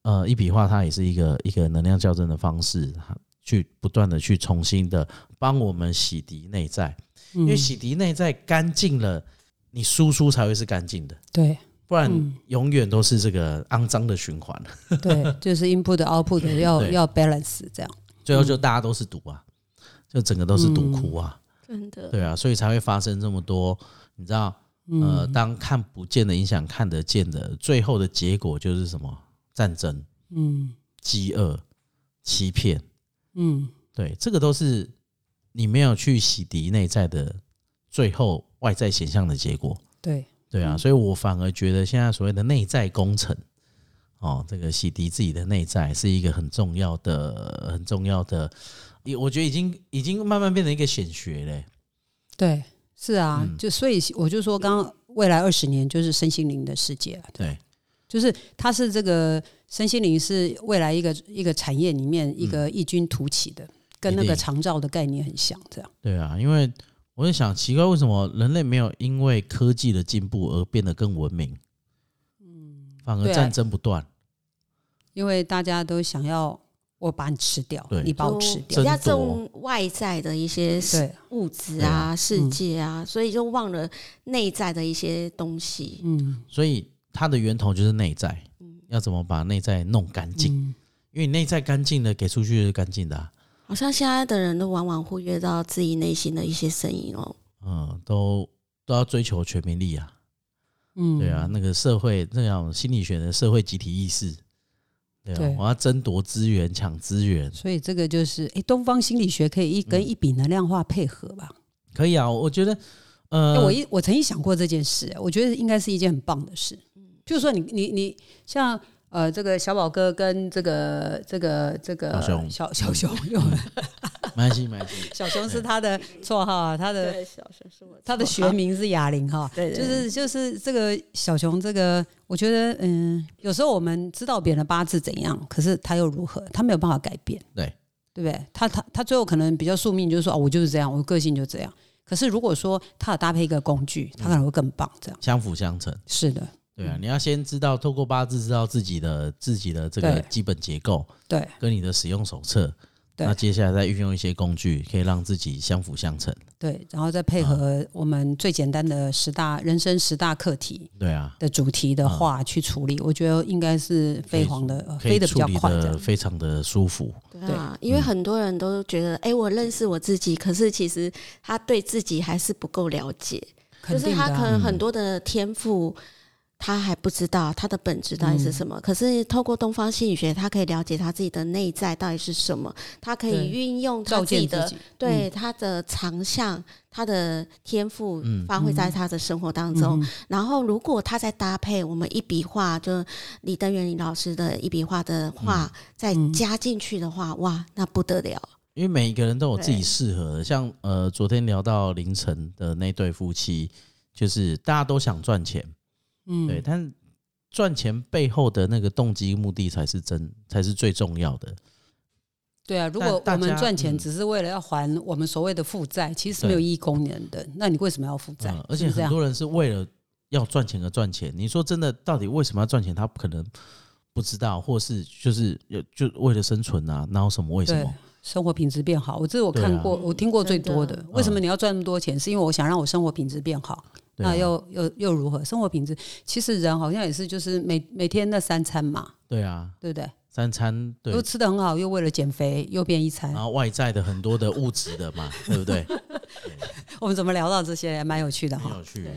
Speaker 3: 呃一笔画它也是一个一个能量校正的方式，它去不断的去重新的帮我们洗涤内在。
Speaker 1: 因
Speaker 3: 因为洗涤内在干净了，你输出才会是干净的，
Speaker 1: 对
Speaker 3: 不然
Speaker 1: 嗯
Speaker 3: 永远都是这个肮脏的循环，
Speaker 1: 对， 就是 input output 要
Speaker 3: 对
Speaker 1: 要 balance 这样。
Speaker 3: 最后就大家都是毒啊，就整个都是毒窟啊，
Speaker 1: 嗯
Speaker 2: 真的，
Speaker 3: 对啊，所以才会发生这么多，你知道，呃，
Speaker 1: 嗯
Speaker 3: 当看不见的影响看得见的，最后的结果就是什么？战争、
Speaker 1: 嗯
Speaker 3: 饥饿、欺骗，
Speaker 1: 嗯
Speaker 3: 对，这个都是你没有去洗涤内在的最后外在显象的结果。
Speaker 1: 对，
Speaker 3: 对啊，
Speaker 1: 嗯
Speaker 3: 所以我反而觉得现在所谓的内在工程，哦，这个洗涤自己的内在是一个很重要的、很重要的，也我觉得已经已经慢慢变成一个显学嘞、
Speaker 1: 对，是啊，
Speaker 3: 嗯
Speaker 1: 就所以我就说，刚刚未来二十年就是身心灵的世界啊，
Speaker 3: 对，
Speaker 1: 就是它是这个身心灵是未来一个一个产业里面一个异军突起的，跟那
Speaker 3: 嗯一
Speaker 1: 个
Speaker 3: 定
Speaker 1: 长照的概念很像，这样。
Speaker 3: 对啊，因为我在想，奇怪，为什么人类没有因为科技的进步而变得更文明？反而
Speaker 1: 对啊
Speaker 3: 战争不断，
Speaker 1: 因为大家都想要我把你吃掉
Speaker 3: 对，
Speaker 1: 你把我吃掉，
Speaker 2: 比
Speaker 3: 争
Speaker 2: 较
Speaker 3: 夺
Speaker 2: 重外在的一些事
Speaker 1: 对，
Speaker 2: 物质
Speaker 3: 对
Speaker 2: 啊、
Speaker 3: 啊
Speaker 2: 世界啊，所以就忘了内在的一些东西。
Speaker 1: 嗯，
Speaker 3: 所以它的源头就是内在，要怎么把内在弄干净？
Speaker 1: 嗯
Speaker 3: 因为你内在干净的，给出去就是干净的、啊。
Speaker 2: 好像现在的人都往往忽略到自己内心的一些声音哦。
Speaker 3: 嗯，都都要追求全民力啊。
Speaker 1: 嗯
Speaker 3: 啊对啊，，那个社会那种心理学的社会集体意识，对
Speaker 1: 对
Speaker 3: 啊，我要争夺资源、抢资源，
Speaker 1: 所以这个就是，诶，东方心理学可以一
Speaker 2: 嗯
Speaker 1: 跟一笔能量化配合吧。
Speaker 3: 可以啊，我觉得，
Speaker 2: 嗯
Speaker 1: 欸
Speaker 3: 呃，
Speaker 1: 我一我曾经想过这件事，我觉得应该是一件很棒的事。
Speaker 2: 嗯
Speaker 1: 譬如说你，你你像呃，这个小宝哥跟这个这个这个
Speaker 3: 小熊
Speaker 1: 小小熊，
Speaker 2: 嗯
Speaker 3: 没关系，没关系，
Speaker 1: 小熊是他的绰号啊，他的
Speaker 2: 对，小熊是我
Speaker 1: 他的学名是哑铃哈。
Speaker 2: 对对
Speaker 1: 就
Speaker 2: 对
Speaker 1: 是就是这个小熊，这个我觉得，嗯，有时候我们知道别人的八字怎样，可是他又如何？他没有办法改变，
Speaker 3: 对
Speaker 1: 对不对？他他他最后可能比较宿命，就是说啊，我就是这样，我个性就这样。可是如果说他有搭配一个工具，他可能会更棒。这样
Speaker 3: 相辅相成。
Speaker 1: 是的，
Speaker 3: 对啊，你要先知道，透过八字知道自己的自己的这个
Speaker 1: 对
Speaker 3: 基本结构
Speaker 1: 对
Speaker 3: 跟你的使用手册，
Speaker 1: 对
Speaker 3: 那接下来再运用一些工具，可以让自己相辅相成。
Speaker 1: 对，然后再配合我们最简单的十大人生十大课题
Speaker 3: 对啊，
Speaker 1: 的主题的话去处理，我觉得应该是飞黄的呃
Speaker 3: 嗯可
Speaker 1: 飞
Speaker 3: 以
Speaker 1: 得比
Speaker 3: 处
Speaker 1: 较
Speaker 3: 理
Speaker 1: 快这
Speaker 3: 的
Speaker 1: 样。
Speaker 3: 非常的舒服。
Speaker 2: 对啊，因为很多人都觉得，哎、我认识我自己，可是其实他对自己还是不够了解，
Speaker 1: 肯
Speaker 2: 就是
Speaker 1: 定
Speaker 2: 他
Speaker 1: 的啊
Speaker 2: 可能很多的天赋。他还不知道他的本质到底是
Speaker 1: 嗯
Speaker 2: 什么，可是透过东方心理学，他可以了解他自己的内在到底是什么，他可
Speaker 1: 对
Speaker 2: 以运用他
Speaker 1: 照
Speaker 2: 自
Speaker 1: 见
Speaker 2: 己
Speaker 1: 自
Speaker 2: 的
Speaker 1: 己，
Speaker 2: 对他的长项、他的天赋
Speaker 3: 嗯
Speaker 2: 发挥在他的生活当中。然后，如果他再搭配我们一笔画，就李登元李老师的一笔画的
Speaker 3: 嗯
Speaker 2: 画、再加进去的话，哇，那不得了！
Speaker 3: 因为每一个人都有自己适合的，像呃，昨天聊到凌晨的那对夫妻，就是大家都想赚钱，
Speaker 1: 嗯
Speaker 3: 对，但赚钱背后的那个动机目的才是真，才是最重要的。
Speaker 1: 对啊，如果
Speaker 3: 大
Speaker 1: 我
Speaker 3: 家
Speaker 1: 们赚钱
Speaker 3: 嗯
Speaker 1: 只是为了要还我们所谓的负债，其实是
Speaker 3: 对
Speaker 1: 没有意义功能的，那你为什么要负债
Speaker 3: 嗯，？而
Speaker 1: 是
Speaker 3: 且
Speaker 1: 不是这
Speaker 3: 很
Speaker 1: 样
Speaker 3: 多人是为了要赚钱而赚钱。你说真的，到底为什么要赚钱？他可能不知道，或是就是就为了生存啊，哪有什么为什
Speaker 1: 对
Speaker 3: 么？
Speaker 1: 生活品质变好，我这是我
Speaker 3: 对啊
Speaker 1: 看过、我听过最多的
Speaker 2: 真。啊
Speaker 1: 为什么你要赚那么多钱？是因为我想让我生活品质变好。
Speaker 3: 对
Speaker 1: 那
Speaker 3: 啊，
Speaker 1: 又又又如何？生活品质其实人好像也是，就是每每天那三餐嘛，
Speaker 3: 对啊，
Speaker 1: 对不对？
Speaker 3: 三餐对啊
Speaker 1: 又，吃的很好，又为了减肥又变一餐
Speaker 3: 然。后外在的很多的物质的嘛，对不对？
Speaker 1: 我们怎么聊到这些？蛮有趣的
Speaker 3: 很
Speaker 1: 哈。
Speaker 3: 有 趣。啊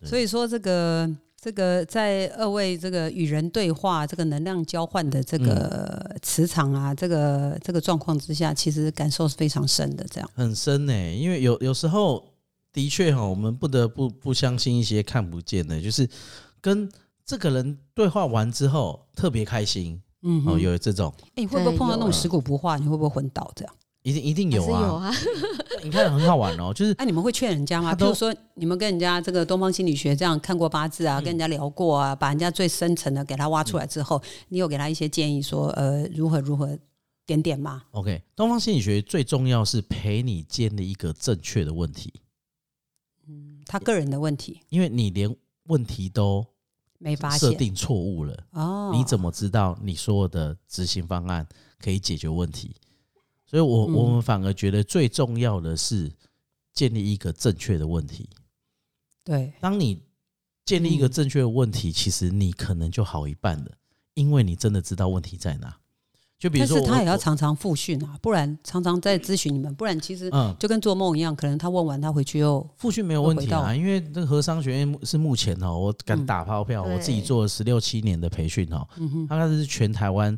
Speaker 3: 对
Speaker 1: 所以说这个这个在二位这个与人对话、这个能量交换的这
Speaker 3: 嗯
Speaker 1: 个磁场啊，这个这个状况之下，其实感受是非常深的。这样，
Speaker 3: 很深呢、欸因为有有时候的确哈，我们不得不不相信一些看不见的，就是跟这个人对话完之后特别开心
Speaker 1: 嗯哼，
Speaker 3: 哦，有这种
Speaker 1: 哎、你会不会
Speaker 2: 对
Speaker 1: 碰到那种
Speaker 2: 有啊
Speaker 1: 食古不化？你会不会昏倒？这样？
Speaker 3: 一定一定
Speaker 2: 还
Speaker 3: 有
Speaker 2: 是有
Speaker 3: 啊，
Speaker 2: 啊，
Speaker 3: 你看很 好玩哦，就是
Speaker 1: 那、你们会劝人家吗？
Speaker 3: 他
Speaker 1: 比
Speaker 3: 都
Speaker 1: 如说，你们跟人家这个东方心理学这样看过八字
Speaker 3: 嗯
Speaker 1: 啊，跟人家聊过啊，把人家最深层的给他挖出来之后，
Speaker 3: 嗯
Speaker 1: 你有给他一些建议说，呃，如何如何点点吗？
Speaker 3: OK，东方心理学最重要是陪你建立一个正确的问题，嗯
Speaker 1: 他个人的问题
Speaker 3: 因为你连问题都
Speaker 1: 没发
Speaker 3: 嗯设
Speaker 1: 现
Speaker 3: 定错误了。
Speaker 1: 哦，
Speaker 3: 你怎么知道你所有的执行方案可以解决问题？所以我，我
Speaker 1: 嗯
Speaker 3: 们反而觉得最重要的是建立一个正确的问题。
Speaker 1: 对
Speaker 3: 当你建立一个正确的问题，其实你可能就好一半了，因为你真的知道问题在哪。就比如
Speaker 1: 但
Speaker 3: 说
Speaker 1: 是
Speaker 3: 我，
Speaker 1: 他也要
Speaker 3: 我
Speaker 1: 常常复训啊，不然常常在咨询你们，不然其实
Speaker 3: 嗯，
Speaker 1: 就跟做梦一样，可能他问完他回去又
Speaker 3: 复训没有问题
Speaker 1: 又回
Speaker 3: 啊，
Speaker 1: 到
Speaker 3: 因为那个和商学院是目前哦，我敢打包票，
Speaker 2: 嗯
Speaker 3: 我自己做了十六七年的培训哦，
Speaker 1: 嗯哼，
Speaker 3: 它那是全台湾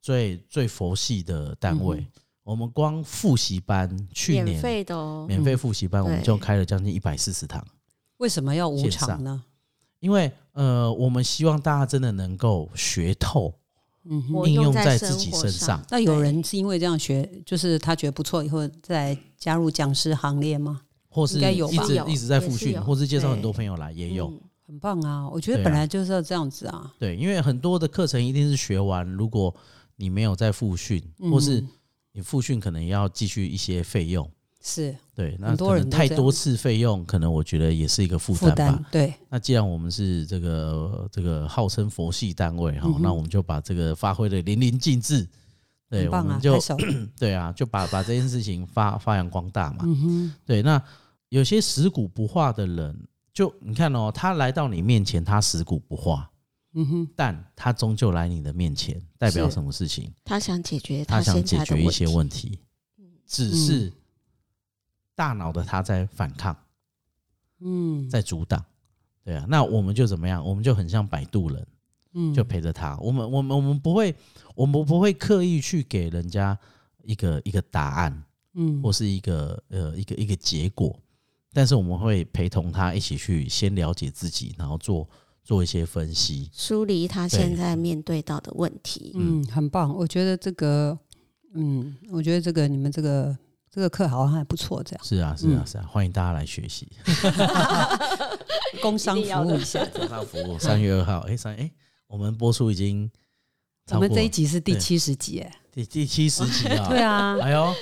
Speaker 3: 最最佛系的单位。
Speaker 1: 嗯
Speaker 3: 我们光复习班去
Speaker 2: 免
Speaker 3: 年
Speaker 2: 费的哦。
Speaker 3: 免费复习班，
Speaker 2: 嗯
Speaker 3: 我们就开了将近一百四十堂。
Speaker 1: 为什么要无
Speaker 3: 线
Speaker 1: 偿
Speaker 3: 上
Speaker 1: 呢？
Speaker 3: 因为呃，我们希望大家真的能够学透，
Speaker 1: 嗯哼。
Speaker 2: 我
Speaker 3: 应用
Speaker 2: 用
Speaker 3: 在
Speaker 2: 生
Speaker 3: 自己
Speaker 2: 活
Speaker 3: 身上
Speaker 2: 上。
Speaker 1: 那有
Speaker 2: 对
Speaker 1: 人是因为这样学，就是他觉得不错，以后再加入讲师行列吗？
Speaker 3: 或是
Speaker 1: 应该有吧
Speaker 3: 一直
Speaker 2: 有
Speaker 3: 一直在
Speaker 2: 也是
Speaker 3: 复训，
Speaker 2: 有
Speaker 3: 或是介绍
Speaker 2: 对
Speaker 3: 很多朋友来也有。
Speaker 2: 嗯
Speaker 1: 很棒啊！我觉得
Speaker 3: 对啊
Speaker 1: 本来就是要这样子啊。
Speaker 3: 对，因为很多的课程一定是学完，如果你没有在复训，
Speaker 1: 嗯
Speaker 3: 或是你复训可能要继续一些费用。
Speaker 1: 是
Speaker 3: 对，那
Speaker 1: 很多
Speaker 3: 可
Speaker 1: 人
Speaker 3: 能
Speaker 1: 都
Speaker 3: 太
Speaker 1: 这
Speaker 3: 多
Speaker 1: 样
Speaker 3: 次费用，可能我觉得也是一个负
Speaker 1: 负
Speaker 3: 担吧
Speaker 1: 担。，对，
Speaker 3: 那既然我们是这个这个号称佛系单位哈、
Speaker 1: 嗯哼
Speaker 3: 那我们就把这个发挥的淋漓尽致。对，
Speaker 1: 很
Speaker 3: 我
Speaker 1: 棒啊，
Speaker 3: 们
Speaker 1: 太
Speaker 3: 就
Speaker 1: 少了。
Speaker 3: 对啊，就把把这件事情 发发扬光大嘛。
Speaker 1: 嗯哼，
Speaker 3: 对，那有些食古不化的人，就你看哦，他来到你面前，他食古不化，
Speaker 1: 嗯哼，
Speaker 3: 但他终究来你的面前，代表
Speaker 1: 是
Speaker 3: 什么事情？
Speaker 2: 他想解决
Speaker 3: 他想
Speaker 2: 现
Speaker 3: 解
Speaker 2: 在的
Speaker 3: 决一些
Speaker 2: 题，
Speaker 3: 问题，
Speaker 1: 嗯
Speaker 3: 只是大脑的他在反抗，
Speaker 1: 嗯，
Speaker 3: 在阻挡。对啊，那我们就怎么样？我们就很像摆渡人。
Speaker 1: 嗯
Speaker 3: 就陪着他。我们我们我们不会，我们不会刻意去给人家一个一个答案
Speaker 1: 嗯
Speaker 3: 或是一个呃一个一个结果，但是我们会陪同他一起去先了解自己，然后做做一些分析。
Speaker 2: 梳理他现在面对到的问题。
Speaker 1: 嗯，很棒。我觉得这个，嗯，我觉得这个你们这个这个课好像还不错， 这样
Speaker 3: 是啊，是啊，
Speaker 1: 嗯
Speaker 3: 是啊，欢迎大家来学习。
Speaker 1: 工商服务一下。
Speaker 3: 做到服务，三月二号，哎三哎，我们播出已经
Speaker 1: 我
Speaker 3: 超过
Speaker 1: 们这一集是第
Speaker 3: 对
Speaker 1: 七十集，哎，
Speaker 3: 第第七十集 啊，
Speaker 1: 对啊，
Speaker 3: 哎呦，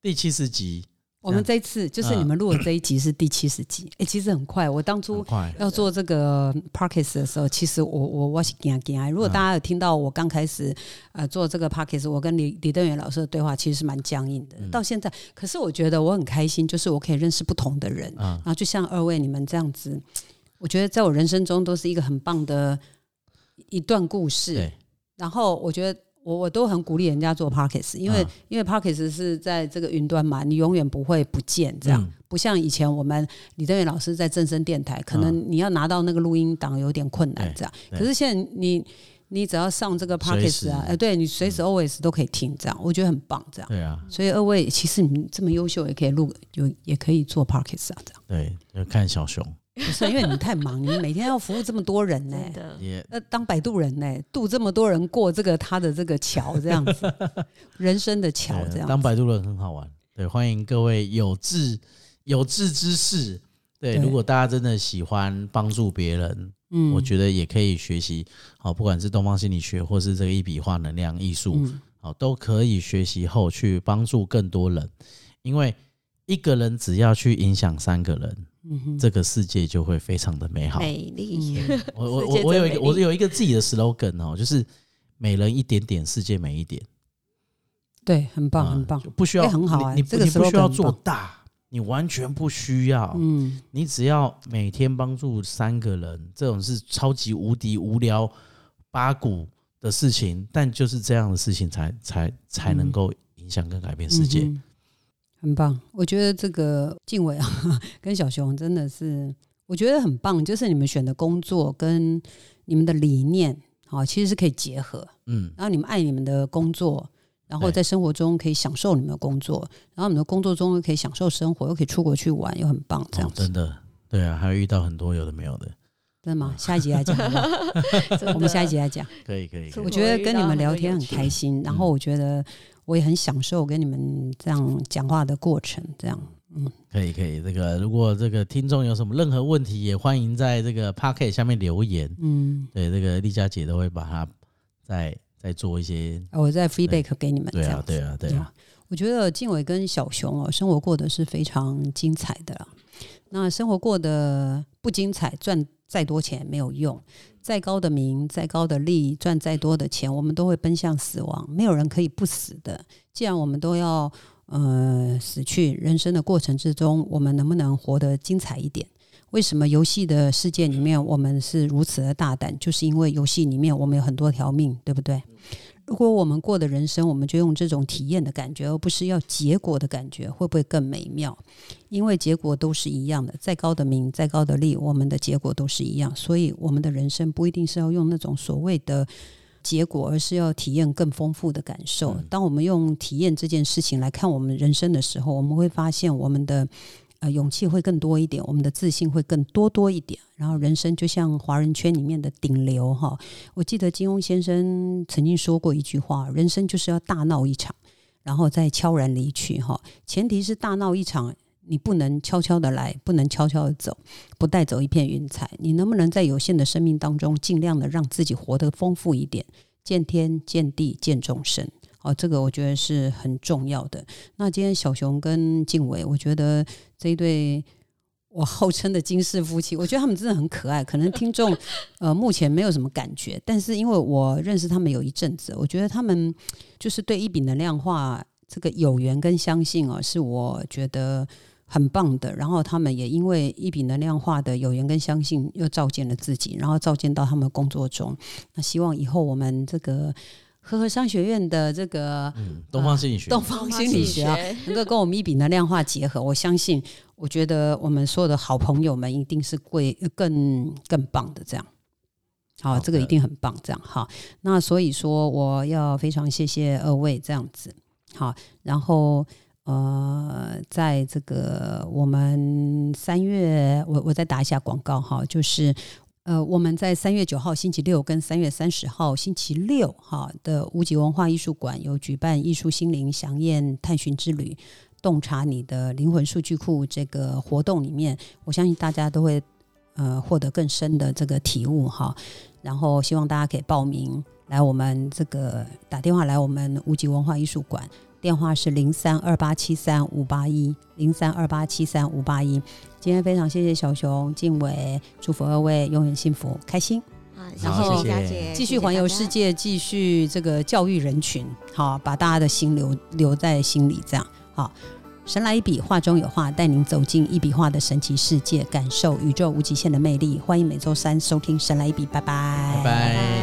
Speaker 3: 第七十集
Speaker 1: 我们这一次就是
Speaker 3: 嗯
Speaker 1: 你们录的这一集是第七十集，哎，其实很快。我当
Speaker 3: 很
Speaker 1: 初
Speaker 3: 快，
Speaker 1: 要做这个 p a r k e s 的时候，其实我我我是惊惊。如果大家有听到我刚开始呃做这个 p a r k e s 我跟李李登元老师的对话其实是蛮僵硬的。到现在，可是我觉得我很开心，就是我可以认识不同的人。
Speaker 3: 嗯
Speaker 1: 然后就像二位你们这样子，我觉得在我人生中都是一个很棒的一段故事
Speaker 3: 对。
Speaker 1: 然后我觉得。我我都很鼓励人家做 pockets，因为、
Speaker 3: 嗯
Speaker 1: 因为 pockets 是在这个云端嘛，你永远不会不见这样，
Speaker 3: 嗯
Speaker 1: 不像以前我们李登元老师在正声电台，可能你要拿到那个录音档有点困难
Speaker 3: 嗯对
Speaker 1: 这样。
Speaker 3: 对
Speaker 1: 可是现在你你只要上这个 p o c k e
Speaker 3: 随时嗯
Speaker 1: t 啊，呃，对你随时 always 都可以听这样，我觉得很棒这样。
Speaker 3: 对啊，
Speaker 1: 所以二位其实你们这么优秀，也可以录有也可以做 p o c k e t 啊，这样
Speaker 3: 对，就看小熊
Speaker 1: 不是因为你们太忙，你们每天要服务这么多
Speaker 3: 嗯
Speaker 1: 人呢、
Speaker 2: 真的，
Speaker 3: 也
Speaker 1: 那当摆渡人呢、渡这么多人过这个他的这个桥，这样 子，人生的桥
Speaker 3: 对
Speaker 1: 这样
Speaker 3: 当摆渡人很好玩，对，欢迎各位有志有志之士。对，
Speaker 1: 对
Speaker 3: 如果大家真的喜欢帮助别人，
Speaker 1: 嗯
Speaker 3: 我觉得也可以学习。好，不管是东方心理学，或是这个一笔画能量艺术，
Speaker 1: 嗯
Speaker 3: 好，都可以学习后去帮助更多人，因为一个人只要去影响三个人，
Speaker 1: 嗯哼
Speaker 3: 这个世界就会非常的美好。
Speaker 2: 美丽。
Speaker 1: 嗯
Speaker 3: 我我
Speaker 2: 世
Speaker 3: 我
Speaker 2: 界真
Speaker 3: 我有一
Speaker 2: 美
Speaker 3: 个我
Speaker 2: 丽
Speaker 3: 有一个自己的 slogan 哦，就是每人一点点，世界美一点，
Speaker 1: 对，很棒，
Speaker 3: 啊
Speaker 1: 很棒
Speaker 3: 就，不需要
Speaker 1: 哎很好哎
Speaker 3: 你你
Speaker 1: 这
Speaker 3: 不
Speaker 1: 个
Speaker 3: 你不需
Speaker 1: slogan
Speaker 3: 要
Speaker 1: 很
Speaker 3: 做
Speaker 1: 棒
Speaker 3: 大，你完全不需要，
Speaker 1: 嗯
Speaker 3: 你只要每天帮助三个人，这种是超级无敌无聊八股的事情，但就是这样的事情才才才能
Speaker 1: 嗯
Speaker 3: 够影响跟改变世界。
Speaker 1: 嗯哼很棒。我觉得这个静伟啊， 跟小熊真的是，我觉得很棒，就是你们选的工作跟你们的理念，好、其实是可以结合。
Speaker 3: 嗯，
Speaker 1: 然后你们爱你们的工作，然后
Speaker 3: 对
Speaker 1: 在生活中可以享受你们的工作，然后你们的工作中又可以享受生活，又可以出国去玩，又很棒，这样
Speaker 3: 哦
Speaker 1: 子、
Speaker 3: 真的，对啊，还有遇到很多有的没有的，
Speaker 1: 真的吗？下一集来讲好不好，
Speaker 2: 真 的
Speaker 1: 我们下一集来讲。
Speaker 3: 可以可以可
Speaker 2: 出
Speaker 3: 以
Speaker 1: 我
Speaker 2: 国
Speaker 1: 觉得跟你们聊天很开心，然后
Speaker 3: 嗯
Speaker 1: 我觉得我也很享受跟你们这样讲话的过程，这样。
Speaker 3: 可以可以。这个如果这个听众有什么任何问题，也欢迎在这个 p o c k e t 下面留言。
Speaker 1: 嗯，
Speaker 3: 对，这个丽佳姐都会把它再再做一些。
Speaker 1: 啊我再 feedback 给你们。
Speaker 3: 对
Speaker 1: 这
Speaker 3: 啊
Speaker 1: 样，子
Speaker 3: 对啊，对啊，。
Speaker 1: 我觉得静伟跟小熊哦，生活过的是非常精彩的啦。那生活过得不精彩，赚再多钱没有用，再高的名、再高的利，赚再多的钱，我们都会奔向死亡。没有人可以不死的。既然我们都要呃死去，人生的过程之中，我们能不能活得精彩一点？为什么游戏的世界里面我们是如此的大胆？就是因为游戏里面我们有很多条命，对不对？如果我们过的人生，我们就用这种体验的感觉，而不是要结果的感觉，会不会更美妙？因为结果都是一样的，再高的名，再高的利，我们的结果都是一样，所以我们的人生不一定是要用那种所谓的。结果，而是要体验更丰富的感受。当我们用体验这件事情来看我们人生的时候，我们会发现我们的呃勇气会更多一点，我们的自信会更多多一点。然后人生就像华人圈里面的顶流哈，我记得金庸先生曾经说过一句话：“人生就是要大闹一场，然后再悄然离去。”哈，前提是大闹一场，你不能悄悄的来，不能悄悄的走，不带走一片云彩。你能不能在有限的生命当中，尽量的让自己活得丰富一点，见天、见地、见众生？哦，这个我觉得是很重要的。那今天小熊跟静伟，我觉得这一对我号称的金氏夫妻，我觉得他们真的很可爱。可能听 众呃，目前没有什么感觉，但是因为我认识他们有一阵子，我觉得他们就是对一笔能量化这个有缘跟相信哦，是我觉得很棒的。然后他们也因为一笔能量化的有缘跟相信，又照见了自己，然后照见到他们的工作中。那希望以后我们这个和和商学院的这个
Speaker 3: 嗯，东方心理学，
Speaker 1: 东方心理学啊，能够跟我们一笔能量化结合，我相信，我觉呃得我们所有的好朋友们一定是会更更棒的这样。好、
Speaker 3: 好
Speaker 1: 这个一
Speaker 3: 的
Speaker 1: 定很棒。这样好，那所以说我要非常谢谢二位这样子。好，然后呃，在这个我们三月，我我再打一下广告哈，就是。呃，我们在三月九号星期六跟三月三十号星期六哈的无极文化艺术馆有举办艺术心灵祥宴探寻之旅，洞察你的灵魂数据库这个活动里面，我相信大家都会呃获得更深的这个体悟哈。然后希望大家可以报名来我们这个打电话来我们无极文化艺术馆，电话是零三二八七三五八一零三二八七三五八一。今天非常谢谢小熊、静伟，祝福二位永远幸福开心，
Speaker 2: 啊，
Speaker 1: 然后
Speaker 2: 谢谢佳姐，
Speaker 1: 继续环游世
Speaker 2: 谢谢大家。
Speaker 1: 界，继续这个教育人群，好，把大家的心留留在心里，这样好。神来一笔，画中有画，带您走进一笔画的神奇世界，感受宇宙无极限的魅力。欢迎每周三收听《神来一笔》，拜拜，
Speaker 3: 拜拜